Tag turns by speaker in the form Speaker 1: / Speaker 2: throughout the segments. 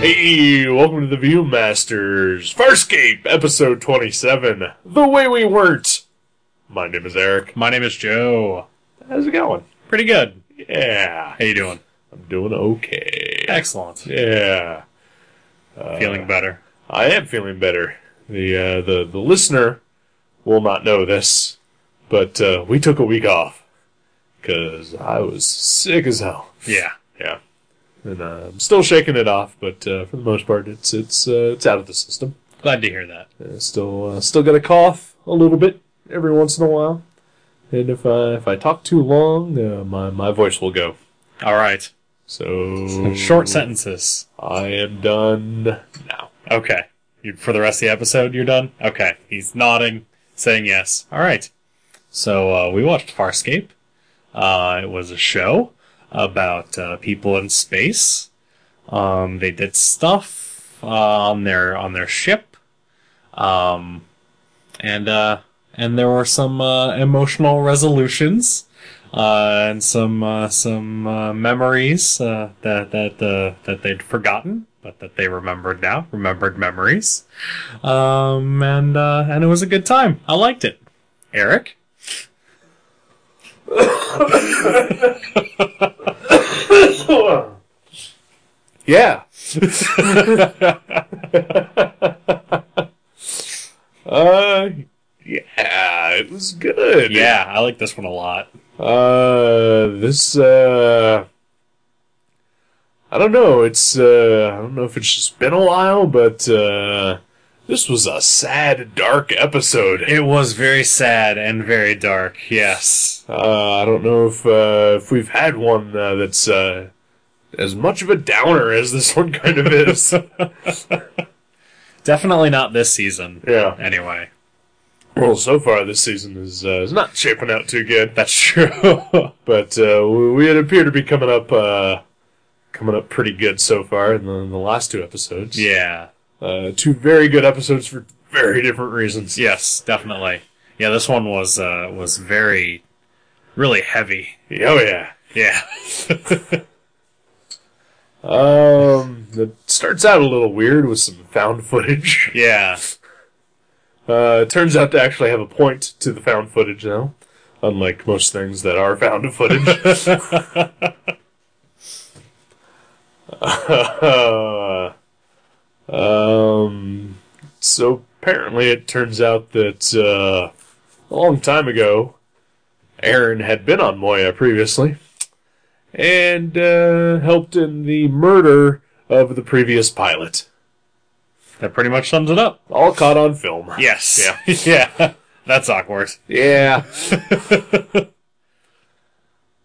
Speaker 1: Hey, welcome to the Viewmasters Farscape, episode 27 The Way We Weren't. My name is Eric.
Speaker 2: My name is Joe.
Speaker 1: How's it going?
Speaker 2: Pretty good.
Speaker 1: Yeah,
Speaker 2: How you doing?
Speaker 1: I'm doing okay.
Speaker 2: Excellent.
Speaker 1: Yeah,
Speaker 2: Feeling better.
Speaker 1: I am feeling better. The, uh, the, the listener will not know this, but uh, we took a week off because I was sick as hell.
Speaker 2: Yeah.
Speaker 1: Yeah. And uh, I'm still shaking it off, but uh, for the most part, it's it's uh, it's out of the system.
Speaker 2: Glad to hear that.
Speaker 1: Uh, still, uh, still got a cough a little bit every once in a while, and if I if I talk too long, uh, my my voice will go.
Speaker 2: All right.
Speaker 1: So
Speaker 2: Short sentences.
Speaker 1: I am done now.
Speaker 2: Okay. You, for the rest of the episode, you're done? Okay. He's nodding, saying yes. All right. So uh, we watched Farscape. Uh, it was a show about uh, people in space. Um, they did stuff uh, on their on their ship, um, and uh, and there were some uh, emotional resolutions uh, and some uh, some uh, memories uh, that that uh, that they'd forgotten, but that they remembered now. Remembered memories, um, and uh, and it was a good time. I liked it. Eric,
Speaker 1: Yeah. uh, yeah, it was good.
Speaker 2: yeah, I like this one a lot.
Speaker 1: Uh, this uh I don't know, it's uh I don't know if it's just been a while, but uh this was a sad dark episode.
Speaker 2: It was very sad and very dark. Yes,
Speaker 1: Uh I don't know if uh if we've had one uh, that's uh as much of a downer as this one kind of is.
Speaker 2: definitely not this season.
Speaker 1: yeah.
Speaker 2: Anyway,
Speaker 1: Well, so far this season is uh, is not shaping out too good.
Speaker 2: that's true.
Speaker 1: but uh, we we appear to be coming up uh, coming up pretty good so far in the, in the last two episodes.
Speaker 2: yeah.
Speaker 1: Uh, two very good episodes for very different reasons.
Speaker 2: Yes, definitely. Yeah, this one was uh, was very, really heavy.
Speaker 1: Oh yeah.
Speaker 2: Yeah.
Speaker 1: Um, it starts out a little weird with some found footage.
Speaker 2: Yeah.
Speaker 1: Uh, it turns out to actually have a point to the found footage now, unlike most things that are found footage. Uh, um, so apparently it turns out that uh, a long time ago, Aaron had been on Moya previously and uh, helped in the murder of the previous pilot.
Speaker 2: That pretty much sums it up.
Speaker 1: All caught on film.
Speaker 2: Yes. Yeah. yeah. That's awkward.
Speaker 1: Yeah.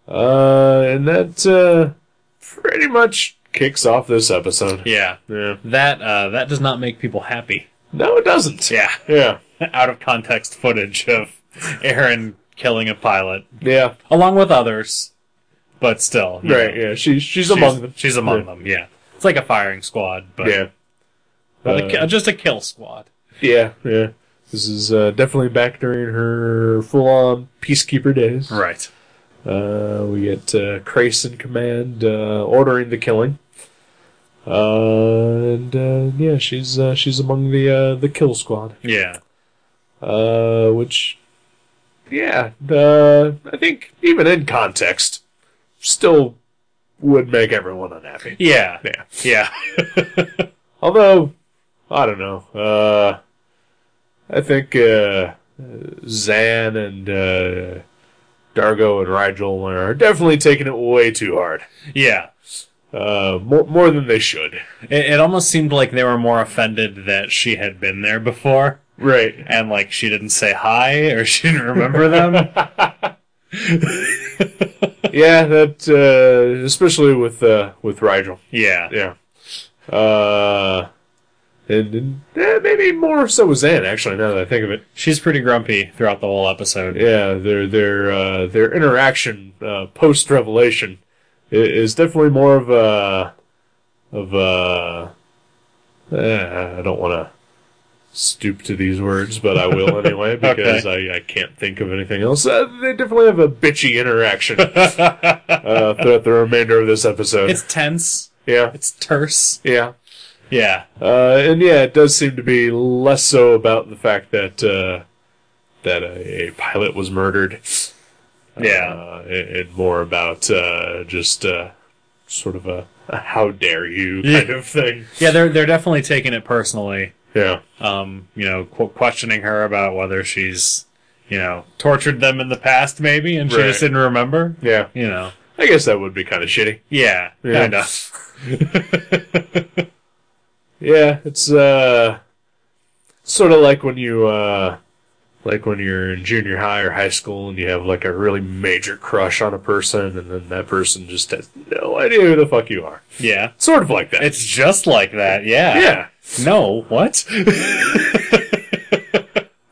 Speaker 1: uh, and that uh, pretty much kicks off this episode.
Speaker 2: Yeah.
Speaker 1: Yeah.
Speaker 2: That uh, that does not make people happy.
Speaker 1: No, it doesn't.
Speaker 2: Yeah.
Speaker 1: Yeah.
Speaker 2: Out of context footage of Aaron killing a pilot
Speaker 1: Yeah.
Speaker 2: along with others, but still. you
Speaker 1: Right.
Speaker 2: know,
Speaker 1: Yeah. She, she's
Speaker 2: She's
Speaker 1: among them.
Speaker 2: She's among
Speaker 1: Yeah.
Speaker 2: them. Yeah. It's like a firing squad, but,
Speaker 1: Yeah.
Speaker 2: but a ki-
Speaker 1: Uh,
Speaker 2: just a kill squad.
Speaker 1: yeah. Yeah. This is uh, definitely back during her full-on peacekeeper days.
Speaker 2: Right.
Speaker 1: Uh, we get uh, Krace in command, uh, ordering the killing. Uh, and uh, yeah, she's uh, she's among the uh, the kill squad.
Speaker 2: Yeah.
Speaker 1: Uh, which, yeah, uh, I think even in context, still would make everyone unhappy.
Speaker 2: Yeah.
Speaker 1: Yeah.
Speaker 2: Yeah.
Speaker 1: Although, I don't know. Uh, I think uh, Zan and uh, Dargo and Rigel are definitely taking it way too hard.
Speaker 2: yeah.
Speaker 1: Uh, more, more than they should.
Speaker 2: It, it almost seemed like they were more offended that she had been there before.
Speaker 1: Right.
Speaker 2: and like she didn't say hi or she didn't remember them.
Speaker 1: Yeah, that uh, especially with uh, with Rigel.
Speaker 2: yeah.
Speaker 1: Yeah. Uh, and, and eh, maybe more so with Zan actually. Now that I think of it,
Speaker 2: She's pretty grumpy throughout the whole episode.
Speaker 1: yeah, their their uh, their interaction uh, post revelation is definitely more of a of a. Eh, I don't want to stoop to these words, but I will anyway because I, I can't think of anything else. Uh, they definitely have a bitchy interaction uh, throughout the remainder of this episode.
Speaker 2: It's tense.
Speaker 1: yeah,
Speaker 2: It's terse.
Speaker 1: yeah.
Speaker 2: Yeah.
Speaker 1: Uh, and yeah, it does seem to be less so about the fact that uh, that a, a pilot was murdered.
Speaker 2: Yeah.
Speaker 1: uh, and, and more about uh, just uh, sort of a, a "how dare you" kind
Speaker 2: Yeah.
Speaker 1: of thing.
Speaker 2: Yeah, they're they're definitely taking it personally.
Speaker 1: Yeah,
Speaker 2: Um, you know, qu- questioning her about whether she's, you know, tortured them in the past maybe and she
Speaker 1: Right.
Speaker 2: just didn't remember.
Speaker 1: yeah.
Speaker 2: You know.
Speaker 1: I guess that would be kind of shitty.
Speaker 2: Yeah,
Speaker 1: Yeah.
Speaker 2: kind of.
Speaker 1: Yeah, it's uh, sort of like when you uh, like when you're in junior high or high school and you have like a really major crush on a person, and then that person just has no idea who the fuck you are.
Speaker 2: yeah.
Speaker 1: Sort of like that.
Speaker 2: It's just like that. Yeah.
Speaker 1: yeah,
Speaker 2: No, what?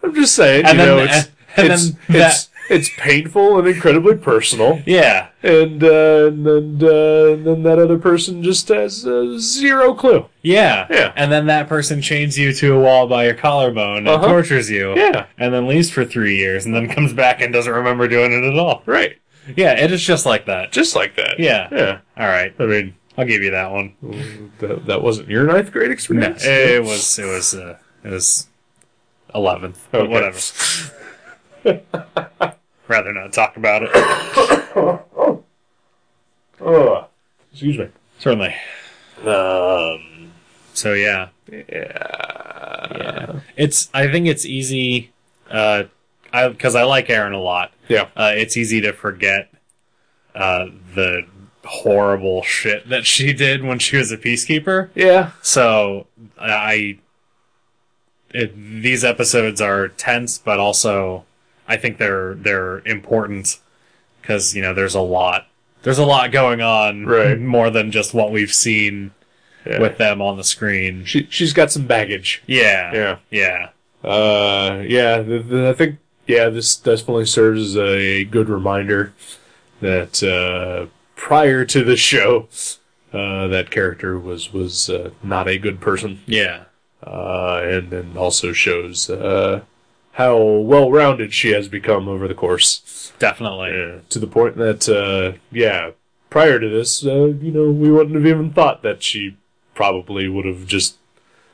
Speaker 1: I'm just saying.
Speaker 2: And
Speaker 1: you
Speaker 2: then-
Speaker 1: know, it's
Speaker 2: and
Speaker 1: it's
Speaker 2: then
Speaker 1: it's, it's painful and incredibly personal,
Speaker 2: yeah.
Speaker 1: and uh, and then uh, and then that other person just has uh, zero clue.
Speaker 2: Yeah.
Speaker 1: Yeah.
Speaker 2: And then that person chains you to a wall by your collarbone and
Speaker 1: Uh-huh.
Speaker 2: tortures you.
Speaker 1: Yeah,
Speaker 2: And then leaves for three years and then comes back and doesn't remember doing it at all.
Speaker 1: right.
Speaker 2: Yeah, it is just like that.
Speaker 1: Just like that.
Speaker 2: Yeah.
Speaker 1: yeah.
Speaker 2: All right.
Speaker 1: I mean,
Speaker 2: I'll give you that one.
Speaker 1: that, that wasn't your ninth grade
Speaker 2: No,
Speaker 1: experience.
Speaker 2: it was it was uh, it was eleventh. but
Speaker 1: Okay.
Speaker 2: Whatever. Rather not talk about it.
Speaker 1: Oh, excuse me.
Speaker 2: Certainly.
Speaker 1: Um,
Speaker 2: So yeah,
Speaker 1: yeah,
Speaker 2: it's. I think it's easy. Uh, I because I like Aaron a lot.
Speaker 1: yeah,
Speaker 2: Uh, it's easy to forget. Uh, the horrible shit that she did when she was a peacekeeper.
Speaker 1: yeah,
Speaker 2: So I, it, these episodes are tense, but also I think they're they're important because you know there's a lot there's a lot going on
Speaker 1: Right.
Speaker 2: more than just what we've seen
Speaker 1: yeah.
Speaker 2: with them on the screen.
Speaker 1: she, she's got some baggage.
Speaker 2: Yeah,
Speaker 1: Yeah,
Speaker 2: yeah,
Speaker 1: uh, yeah. The, the, I think yeah, this definitely serves as a good reminder that uh, prior to the show, uh, that character was was uh, not a good person,
Speaker 2: yeah,
Speaker 1: uh, and then also shows uh, how well rounded she has become over the course.
Speaker 2: definitely.
Speaker 1: Yeah, to the point that, uh, yeah, prior to this, uh, you know, we wouldn't have even thought that she probably would have just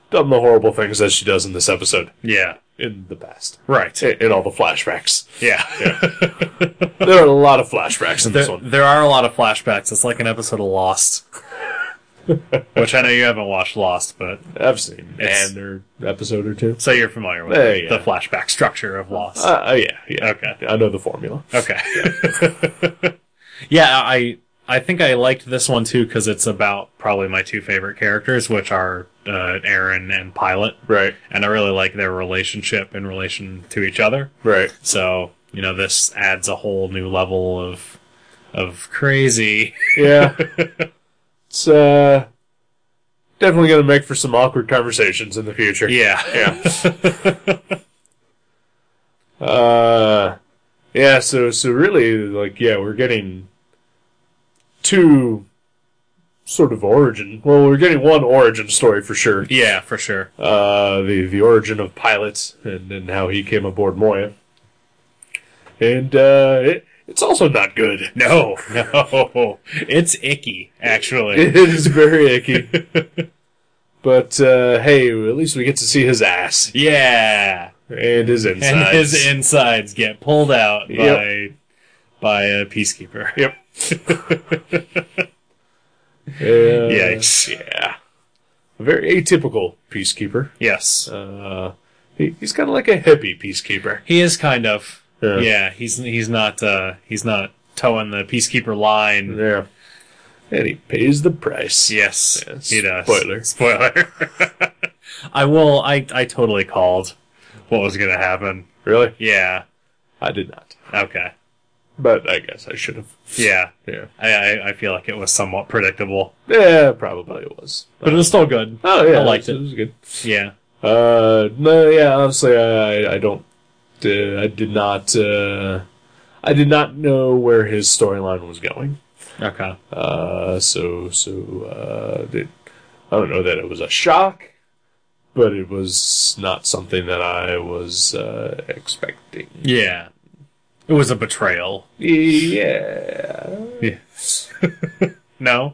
Speaker 1: done the horrible things that she does in this episode
Speaker 2: Yeah,
Speaker 1: in the past.
Speaker 2: right.
Speaker 1: In in all the flashbacks.
Speaker 2: Yeah,
Speaker 1: There are a lot of flashbacks in this
Speaker 2: there,
Speaker 1: one.
Speaker 2: there are a lot of flashbacks. It's like an episode of Lost, which I know you haven't watched Lost, but
Speaker 1: I've seen.
Speaker 2: It's-
Speaker 1: And or episode or two.
Speaker 2: so you're familiar with
Speaker 1: Yeah, yeah.
Speaker 2: the flashback structure of Lost.
Speaker 1: Uh, uh, yeah, yeah.
Speaker 2: okay.
Speaker 1: I know the formula.
Speaker 2: Okay. yeah, I I think I liked this one too because it's about probably my two favorite characters, which are uh, Aaron and Pilot,
Speaker 1: Right,
Speaker 2: and I really like their relationship in relation to each other.
Speaker 1: right.
Speaker 2: So you know, this adds a whole new level of of crazy.
Speaker 1: Yeah. it's, uh, definitely gonna make for some awkward conversations in the future.
Speaker 2: Yeah,
Speaker 1: Yeah. uh, yeah. So so really, like, yeah, we're getting two sort of origin. Well, we're getting one origin story for sure.
Speaker 2: yeah, for sure.
Speaker 1: Uh, the the origin of Pilot and and how he came aboard Moya. And uh, it, it's also not good.
Speaker 2: No, no, it's icky actually.
Speaker 1: It is very icky. But uh, hey, at least we get to see his ass
Speaker 2: Yeah.
Speaker 1: and his insides.
Speaker 2: and his insides get pulled out by
Speaker 1: Yep.
Speaker 2: by a peacekeeper.
Speaker 1: Yep. Uh,
Speaker 2: Yikes.
Speaker 1: Yeah. A very atypical peacekeeper.
Speaker 2: Yes,
Speaker 1: Uh, he, he's kind of like a hippie peacekeeper.
Speaker 2: he is kind of.
Speaker 1: Yeah.
Speaker 2: Yeah, he's he's not uh, he's not towing the peacekeeper line.
Speaker 1: Yeah. And he pays the price.
Speaker 2: Yes,
Speaker 1: Yes.
Speaker 2: he does.
Speaker 1: Spoiler.
Speaker 2: spoiler. I will. I I totally called what was going to happen.
Speaker 1: Really?
Speaker 2: Yeah.
Speaker 1: I did not.
Speaker 2: Okay.
Speaker 1: But I guess I should have.
Speaker 2: Yeah.
Speaker 1: Yeah.
Speaker 2: I, I I feel like it was somewhat predictable,
Speaker 1: Yeah, probably it was.
Speaker 2: but it was still good.
Speaker 1: Oh yeah,
Speaker 2: I liked
Speaker 1: It
Speaker 2: it.
Speaker 1: was good.
Speaker 2: Yeah.
Speaker 1: Uh, no, yeah. Honestly, I, I, I don't. Uh, I did not. Uh, I did not know where his storyline was going.
Speaker 2: Okay.
Speaker 1: Uh, so so uh, it, I don't know that it was a shock, but it was not something that I was uh, expecting.
Speaker 2: Yeah. It was a betrayal.
Speaker 1: Yeah.
Speaker 2: No.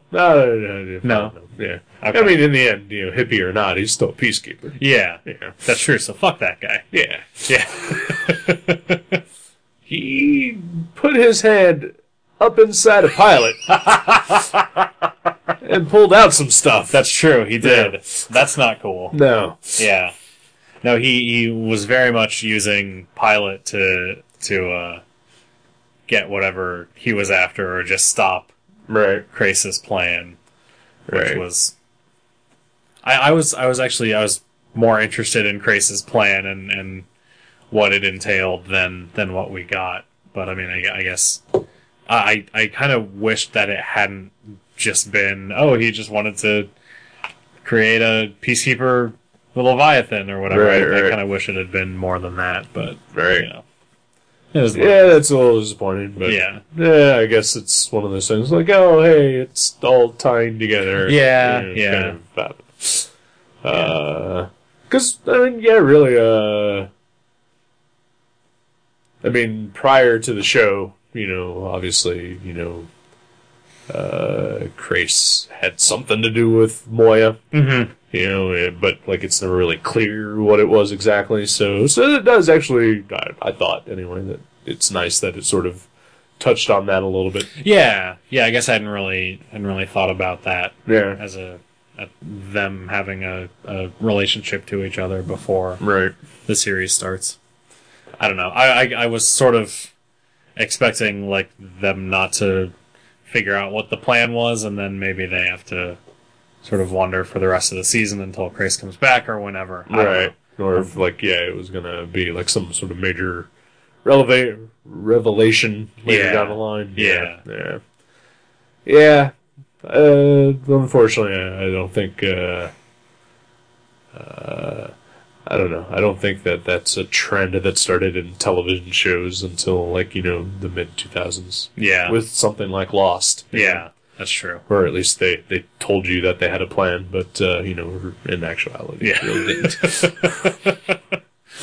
Speaker 1: No, no, no, no,
Speaker 2: No.
Speaker 1: Yeah.
Speaker 2: Okay.
Speaker 1: I mean, in the end, you know, hippie or not, he's still a peacekeeper.
Speaker 2: yeah,
Speaker 1: Yeah.
Speaker 2: that's true. So fuck that guy.
Speaker 1: Yeah.
Speaker 2: Yeah.
Speaker 1: He put his hand up inside a pilot and pulled out some stuff.
Speaker 2: That's true. He did.
Speaker 1: Yeah.
Speaker 2: That's not cool.
Speaker 1: No.
Speaker 2: Yeah. No, he, he was very much using pilot to to uh, get whatever he was after, or just stop
Speaker 1: Right.
Speaker 2: Crace's plan, which
Speaker 1: Right.
Speaker 2: was. I, I was I was actually I was more interested in Crace's plan and, and what it entailed than than what we got. But I mean, I, I guess I I kind of wished that it hadn't just been oh he just wanted to create a peacekeeper leviathan or whatever.
Speaker 1: Right,
Speaker 2: I,
Speaker 1: right.
Speaker 2: kind of wish it had been more than that, but
Speaker 1: Right.
Speaker 2: you know, it was what-
Speaker 1: Yeah, that's a little disappointing, but
Speaker 2: yeah.
Speaker 1: yeah, I guess it's one of those things like, oh, hey, it's all tying together.
Speaker 2: Yeah, yeah.
Speaker 1: Because Uh, I mean, yeah, really. Uh, I mean, prior to the show, you know, obviously, you know, uh, Crace had something to do with Moya,
Speaker 2: hmm
Speaker 1: you know, eh, but like it's never really clear what it was exactly. So, so it does actually. I, I thought anyway that it's nice that it sort of touched on that a little bit.
Speaker 2: Yeah, yeah. I guess I hadn't really hadn't really thought about that
Speaker 1: Yeah.
Speaker 2: as a, a them having a, a relationship to each other before
Speaker 1: Right.
Speaker 2: the series starts. I don't know. I, I I was sort of expecting like them not to figure out what the plan was, and then maybe they have to sort of wander for the rest of the season until Grace comes back or whenever. I don't know.
Speaker 1: Right. Or if, like, yeah, it was gonna be like some sort of major releva- revelation later
Speaker 2: Yeah.
Speaker 1: down the line.
Speaker 2: Yeah.
Speaker 1: Yeah. Yeah. Uh, unfortunately, I I don't think. Uh, uh, I don't know. I don't think that that's a trend that started in television shows until like you know the mid two thousands
Speaker 2: Yeah.
Speaker 1: with something like Lost.
Speaker 2: yeah. That's true.
Speaker 1: Or at least they, they told you that they had a plan, but uh, you know, in actuality,
Speaker 2: Yeah.
Speaker 1: they really didn't.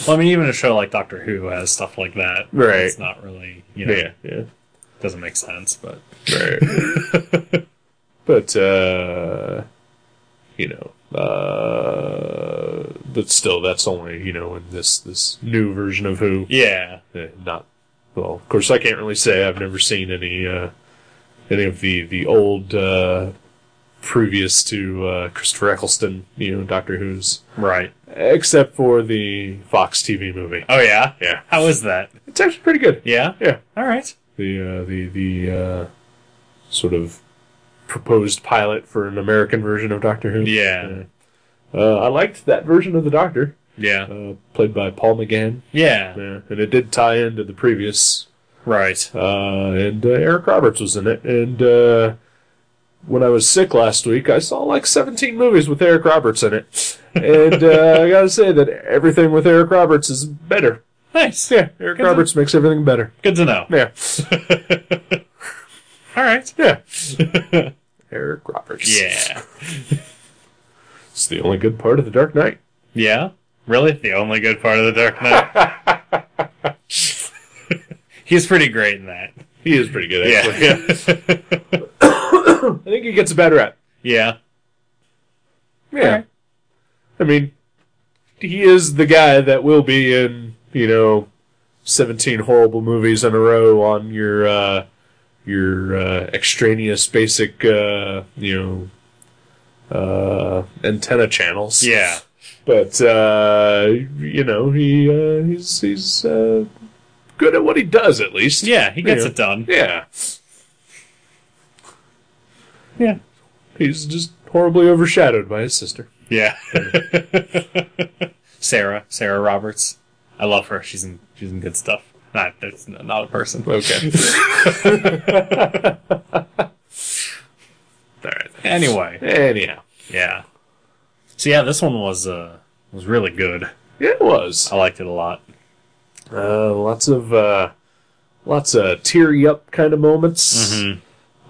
Speaker 2: Well, I mean, even a show like Doctor Who has stuff like that.
Speaker 1: Right.
Speaker 2: It's not really, you know,
Speaker 1: yeah, yeah.
Speaker 2: doesn't make sense, but
Speaker 1: Right. but uh you know, uh but still that's only, you know, in this this new version of Who.
Speaker 2: yeah.
Speaker 1: Uh, Not well, of course I can't really say I've never seen any uh any of the the old uh previous to uh Christopher Eccleston, you know, Doctor Who's
Speaker 2: Right.
Speaker 1: except for the Fox TV movie.
Speaker 2: Oh yeah.
Speaker 1: Yeah.
Speaker 2: How is that?
Speaker 1: It's actually pretty good.
Speaker 2: Yeah.
Speaker 1: Yeah.
Speaker 2: All right.
Speaker 1: the uh, the the uh, sort of proposed pilot for an American version of Doctor Who.
Speaker 2: Yeah.
Speaker 1: Uh, I liked that version of the Doctor,
Speaker 2: Yeah.
Speaker 1: uh, played by Paul McGann,
Speaker 2: Yeah.
Speaker 1: yeah. and it did tie into the previous.
Speaker 2: Right.
Speaker 1: Uh, and uh, Eric Roberts was in it. And uh, when I was sick last week, I saw like 17 movies with Eric Roberts in it. And uh, I gotta say that everything with Eric Roberts is better.
Speaker 2: Nice.
Speaker 1: Yeah, Eric
Speaker 2: Good.
Speaker 1: Roberts makes everything better.
Speaker 2: Good to know.
Speaker 1: Yeah,
Speaker 2: All right.
Speaker 1: yeah. Eric Roberts.
Speaker 2: Yeah.
Speaker 1: It's the only good part of The Dark Knight.
Speaker 2: Yeah. Really? The only good part of the Dark Knight. He's pretty great in that.
Speaker 1: He is pretty good, actually.
Speaker 2: Yeah.
Speaker 1: I think he gets a bad rap.
Speaker 2: yeah.
Speaker 1: Yeah.
Speaker 2: Alright.
Speaker 1: I mean, he is the guy that will be in, you know, 17 horrible movies in a row on your, uh, your, uh, extraneous basic, uh, you know, uh, antenna channels.
Speaker 2: Yeah.
Speaker 1: But, uh, you know, he, uh, he's, he's, uh, good at what he does, at least.
Speaker 2: Yeah. He gets
Speaker 1: Yeah.
Speaker 2: it done.
Speaker 1: Yeah.
Speaker 2: Yeah.
Speaker 1: He's just horribly overshadowed by his sister.
Speaker 2: Yeah. Sarah, Sarah Roberts. I love her. She's in she's in good stuff. Not that's not a person.
Speaker 1: Okay. All right.
Speaker 2: Anyway,
Speaker 1: Anyhow,
Speaker 2: yeah. So yeah, this one was uh was really good.
Speaker 1: it was
Speaker 2: I liked it a lot.
Speaker 1: uh, lots of uh, lots of teary up kind of moments.
Speaker 2: Mm-hmm.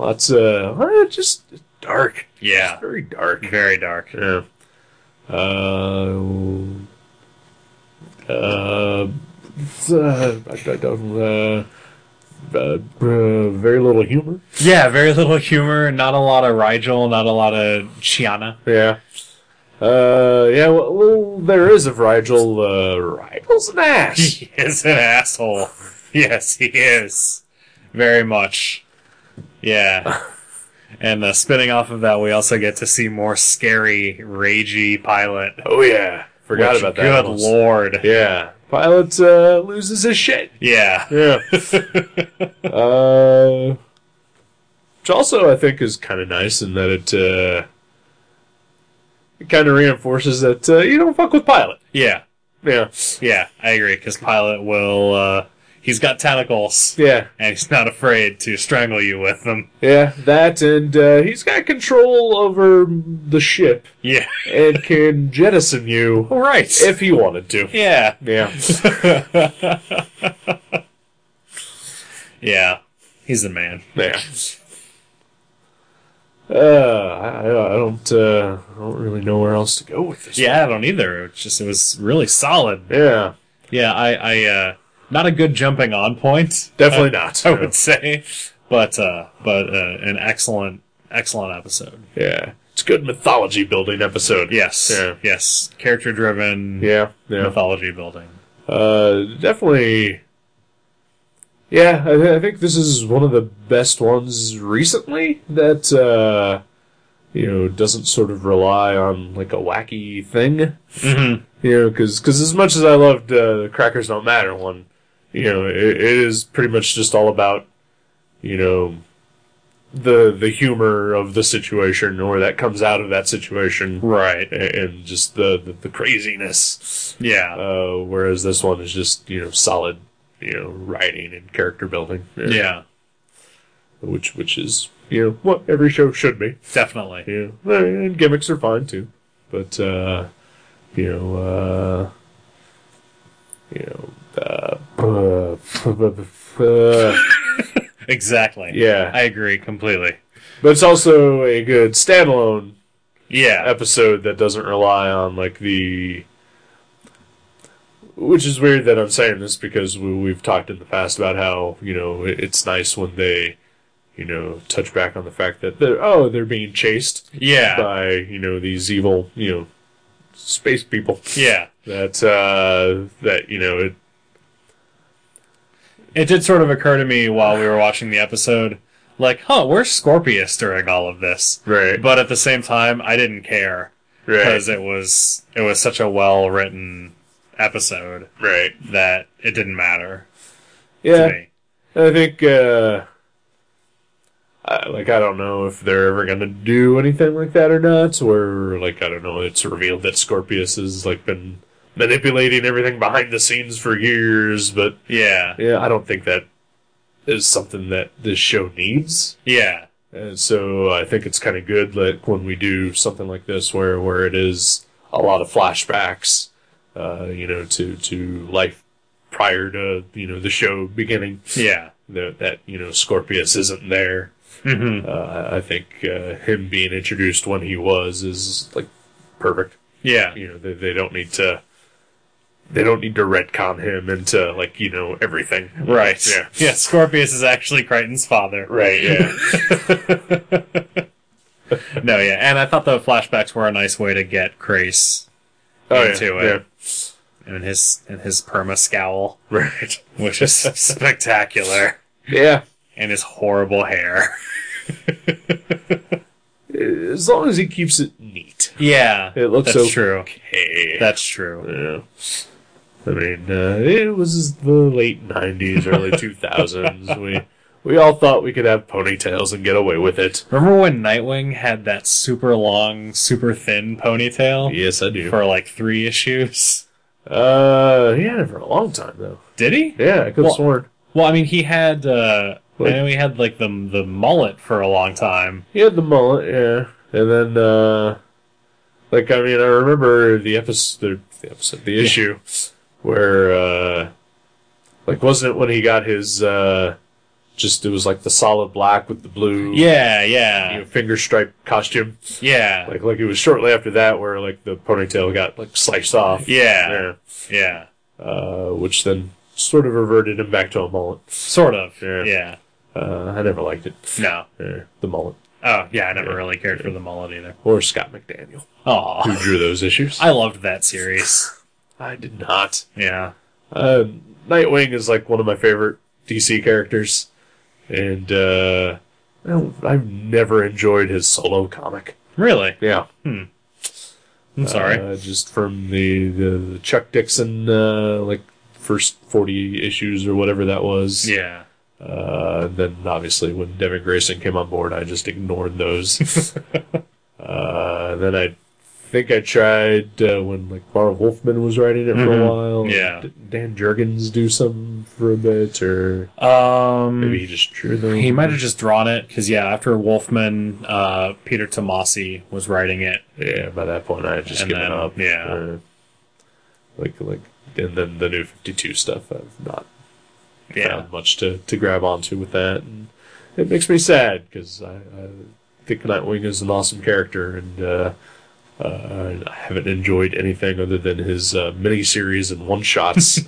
Speaker 1: Lots of uh, just dark,
Speaker 2: Yeah.
Speaker 1: very dark.
Speaker 2: Very dark.
Speaker 1: Yeah. Uh, uh, uh, I- I don't, uh, uh, uh, very little humor.
Speaker 2: Yeah, very little humor, not a lot of Rigel, not a lot of Chiana.
Speaker 1: Yeah. Uh, yeah, well, well, there is a Rigel. Uh, Rigel's an ass.
Speaker 2: He is an asshole. Yes, he is. Very much. Yeah. And uh, spinning off of that, we also get to see more scary, ragey pilot.
Speaker 1: oh, yeah. Forgot
Speaker 2: which,
Speaker 1: about that.
Speaker 2: Good
Speaker 1: almost.
Speaker 2: lord.
Speaker 1: Yeah. Pilot uh, loses his shit.
Speaker 2: Yeah.
Speaker 1: Yeah. uh, which also I think is kind of nice in that it uh, it kind of reinforces that uh, you don't fuck with pilot.
Speaker 2: yeah.
Speaker 1: Yeah,
Speaker 2: Yeah. I agree. Because pilot will. Uh, he's got tentacles,
Speaker 1: yeah,
Speaker 2: and he's not afraid to strangle you with them.
Speaker 1: yeah. That and uh, he's got control over the ship
Speaker 2: Yeah.
Speaker 1: and can jettison you
Speaker 2: Right.
Speaker 1: if he wanted to.
Speaker 2: yeah.
Speaker 1: Yeah,
Speaker 2: Yeah. He's the man.
Speaker 1: yeah. Uh, I, I don't, uh, I don't really know where else to go with this.
Speaker 2: Yeah, I don't either. It's just it was really solid.
Speaker 1: yeah,
Speaker 2: Yeah, I, I uh, not a good jumping on point.
Speaker 1: definitely
Speaker 2: I-
Speaker 1: not.
Speaker 2: I would say, but uh, but uh, an excellent excellent episode.
Speaker 1: Yeah. It's a good mythology building episode.
Speaker 2: Yes,
Speaker 1: Yeah.
Speaker 2: yes, character driven
Speaker 1: Yeah. Yeah.
Speaker 2: mythology building.
Speaker 1: Uh, definitely. Yeah, I, th- I think this is one of the best ones recently that, uh, you know, doesn't sort of rely on like a wacky thing.
Speaker 2: Mm-hmm.
Speaker 1: You know, because as much as I loved uh, the Crackers Don't Matter one, you know, it, it is pretty much just all about, you know, the the humor of the situation or that comes out of that situation.
Speaker 2: Right.
Speaker 1: a- and just the, the, the craziness.
Speaker 2: Yeah.
Speaker 1: Uh, whereas this one is just you know solid, you know writing and character building.
Speaker 2: yeah.
Speaker 1: which which is you know what every show should be.
Speaker 2: Definitely.
Speaker 1: You know, and gimmicks are fine too, but uh, you know uh, you know uh, uh,
Speaker 2: Exactly.
Speaker 1: yeah.
Speaker 2: I agree completely.
Speaker 1: But it's also a good standalone
Speaker 2: Yeah.
Speaker 1: episode that doesn't rely on like the which is weird that I'm saying this because we, we've talked in the past about how you know it, it's nice when they you know touch back on the fact that they're oh they're being chased
Speaker 2: Yeah.
Speaker 1: by you know these evil you know space people
Speaker 2: Yeah.
Speaker 1: that uh that you know it
Speaker 2: It did sort of occur to me while we were watching the episode, like, huh, where's Scorpius during all of this?
Speaker 1: right
Speaker 2: But at the same time, I didn't care
Speaker 1: right
Speaker 2: because it was it was such a well written episode
Speaker 1: right
Speaker 2: that it didn't matter to
Speaker 1: yeah
Speaker 2: me.
Speaker 1: I think uh I, like I don't know if they're ever gonna do anything like that or not, or like I don't know, it's revealed that Scorpius has like been manipulating everything behind the scenes for years, but
Speaker 2: Yeah,
Speaker 1: yeah, I don't think that is something that this show needs.
Speaker 2: yeah,
Speaker 1: And so I think it's kinda good like when we do something like this where where it is a lot of flashbacks, uh, you know, to to life prior to, you know, the show beginning
Speaker 2: yeah,
Speaker 1: that, that you know Scorpius isn't there.
Speaker 2: hmm
Speaker 1: Uh, I think uh, him being introduced when he was is like perfect.
Speaker 2: yeah,
Speaker 1: You know they, they don't need to they don't need to retcon him into like you know everything.
Speaker 2: right.
Speaker 1: Yeah.
Speaker 2: yeah. Scorpius is actually Crichton's father.
Speaker 1: Right. Yeah.
Speaker 2: No, yeah, and I thought the flashbacks were a nice way to get Crace
Speaker 1: oh yeah.
Speaker 2: Into
Speaker 1: yeah.
Speaker 2: it. and his and his perma scowl,
Speaker 1: Right.
Speaker 2: which is spectacular,
Speaker 1: Yeah.
Speaker 2: and his horrible hair.
Speaker 1: As long as he keeps it neat.
Speaker 2: Yeah,
Speaker 1: It looks
Speaker 2: that's
Speaker 1: so-
Speaker 2: true.
Speaker 1: Hey.
Speaker 2: That's true.
Speaker 1: yeah. I mean, uh, it was the late '90s, early 2000s. We we all thought we could have ponytails and get away with it.
Speaker 2: Remember when Nightwing had that super long, super thin ponytail
Speaker 1: Yes, I do.
Speaker 2: for like three issues?
Speaker 1: Uh, he had it for a long time though.
Speaker 2: Did he?
Speaker 1: Yeah, I could
Speaker 2: Well-
Speaker 1: have sworn
Speaker 2: Well, I mean, he had. Uh, I
Speaker 1: Like-
Speaker 2: know he had like the the mullet for a long time.
Speaker 1: he had the mullet. Yeah, and then uh, like I mean, I remember the episode, the episode, the issue where uh, like wasn't it when he got his uh, just it was like the solid black with the blue,
Speaker 2: Yeah,
Speaker 1: you know,
Speaker 2: yeah,
Speaker 1: finger stripe costume.
Speaker 2: yeah,
Speaker 1: Like like it was shortly after that where like the ponytail got like sliced off.
Speaker 2: yeah, yeah,
Speaker 1: Uh, which then sort of reverted him back to a mullet.
Speaker 2: Sort of.
Speaker 1: Yeah.
Speaker 2: yeah.
Speaker 1: Uh, I never liked it.
Speaker 2: No.
Speaker 1: Yeah, the mullet.
Speaker 2: Oh, yeah, I never
Speaker 1: Yeah.
Speaker 2: really cared for the mullet either.
Speaker 1: Or Scott McDaniel, who
Speaker 2: Oh,
Speaker 1: drew those issues.
Speaker 2: I loved that series.
Speaker 1: I did not.
Speaker 2: Yeah.
Speaker 1: Um, Nightwing is like one of my favorite DC characters, and uh, I don't- I've never enjoyed his solo comic.
Speaker 2: Really?
Speaker 1: Yeah,
Speaker 2: I'm sorry.
Speaker 1: Uh, just from the, the, the Chuck Dixon uh, like first forty issues or whatever that was.
Speaker 2: yeah.
Speaker 1: Uh, then obviously when Devin Grayson came on board, I just ignored those. uh, then I think I tried uh, when like Marv Wolfman was writing it for a
Speaker 2: Mhm.
Speaker 1: while.
Speaker 2: Yeah.
Speaker 1: Did Dan Jurgens do some for a bit, or
Speaker 2: Um,
Speaker 1: maybe he just drew them.
Speaker 2: He might have just drawn it because yeah, after Wolfman, uh, Peter Tomasi was writing it.
Speaker 1: Yeah, by that point I had just
Speaker 2: And
Speaker 1: given
Speaker 2: then,
Speaker 1: up.
Speaker 2: yeah.
Speaker 1: Uh, like like, and then the new Fifty Two stuff. I've not
Speaker 2: Yeah,
Speaker 1: found much to, to grab onto with that. And it makes me sad because I, I think Nightwing is an awesome character, and uh, uh, I haven't enjoyed anything other than his uh, miniseries and one shots.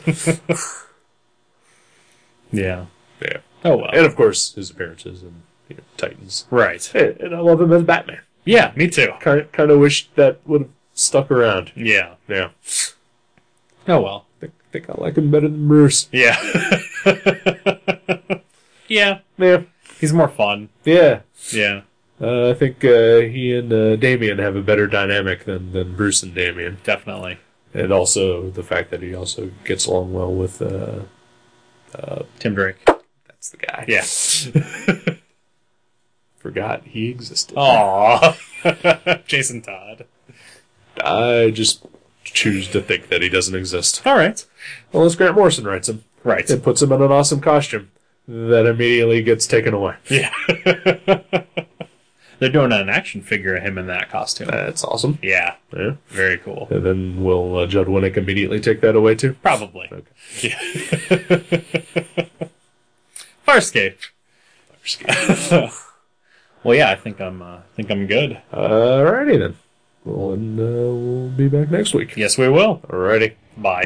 Speaker 2: yeah.
Speaker 1: yeah.
Speaker 2: Oh well.
Speaker 1: And of course, his appearances in you know, Titans.
Speaker 2: right.
Speaker 1: And, and I love him as Batman.
Speaker 2: Yeah, me too.
Speaker 1: Kind kind of wish that would have stuck around.
Speaker 2: Yeah.
Speaker 1: Yeah.
Speaker 2: Oh well.
Speaker 1: think, think I like him better than Bruce.
Speaker 2: Yeah. yeah.
Speaker 1: Yeah.
Speaker 2: He's more fun.
Speaker 1: Yeah.
Speaker 2: Yeah.
Speaker 1: Uh, I think uh, he and uh, Damien have a better dynamic than, than Bruce and Damien.
Speaker 2: Definitely.
Speaker 1: and also the fact that he also gets along well with uh
Speaker 2: Tim Drake.
Speaker 1: that's the guy
Speaker 2: Yeah.
Speaker 1: forgot he existed
Speaker 2: Aww. Jason Todd.
Speaker 1: i just choose to think that he doesn't exist
Speaker 2: All right.
Speaker 1: unless grant morrison writes him
Speaker 2: Right.
Speaker 1: it puts him in an awesome costume that immediately gets taken away
Speaker 2: Yeah. They're doing an action figure of him in that costume.
Speaker 1: that's awesome
Speaker 2: Yeah.
Speaker 1: yeah.
Speaker 2: Very cool.
Speaker 1: and then will uh, judd winnick immediately take that away too
Speaker 2: Probably.
Speaker 1: Okay.
Speaker 2: Yeah. Farscape. Well, yeah, I think I'm. Uh, I think I'm good.
Speaker 1: alrighty then well and uh, we'll be back next week
Speaker 2: Yes, we will.
Speaker 1: alrighty
Speaker 2: Bye.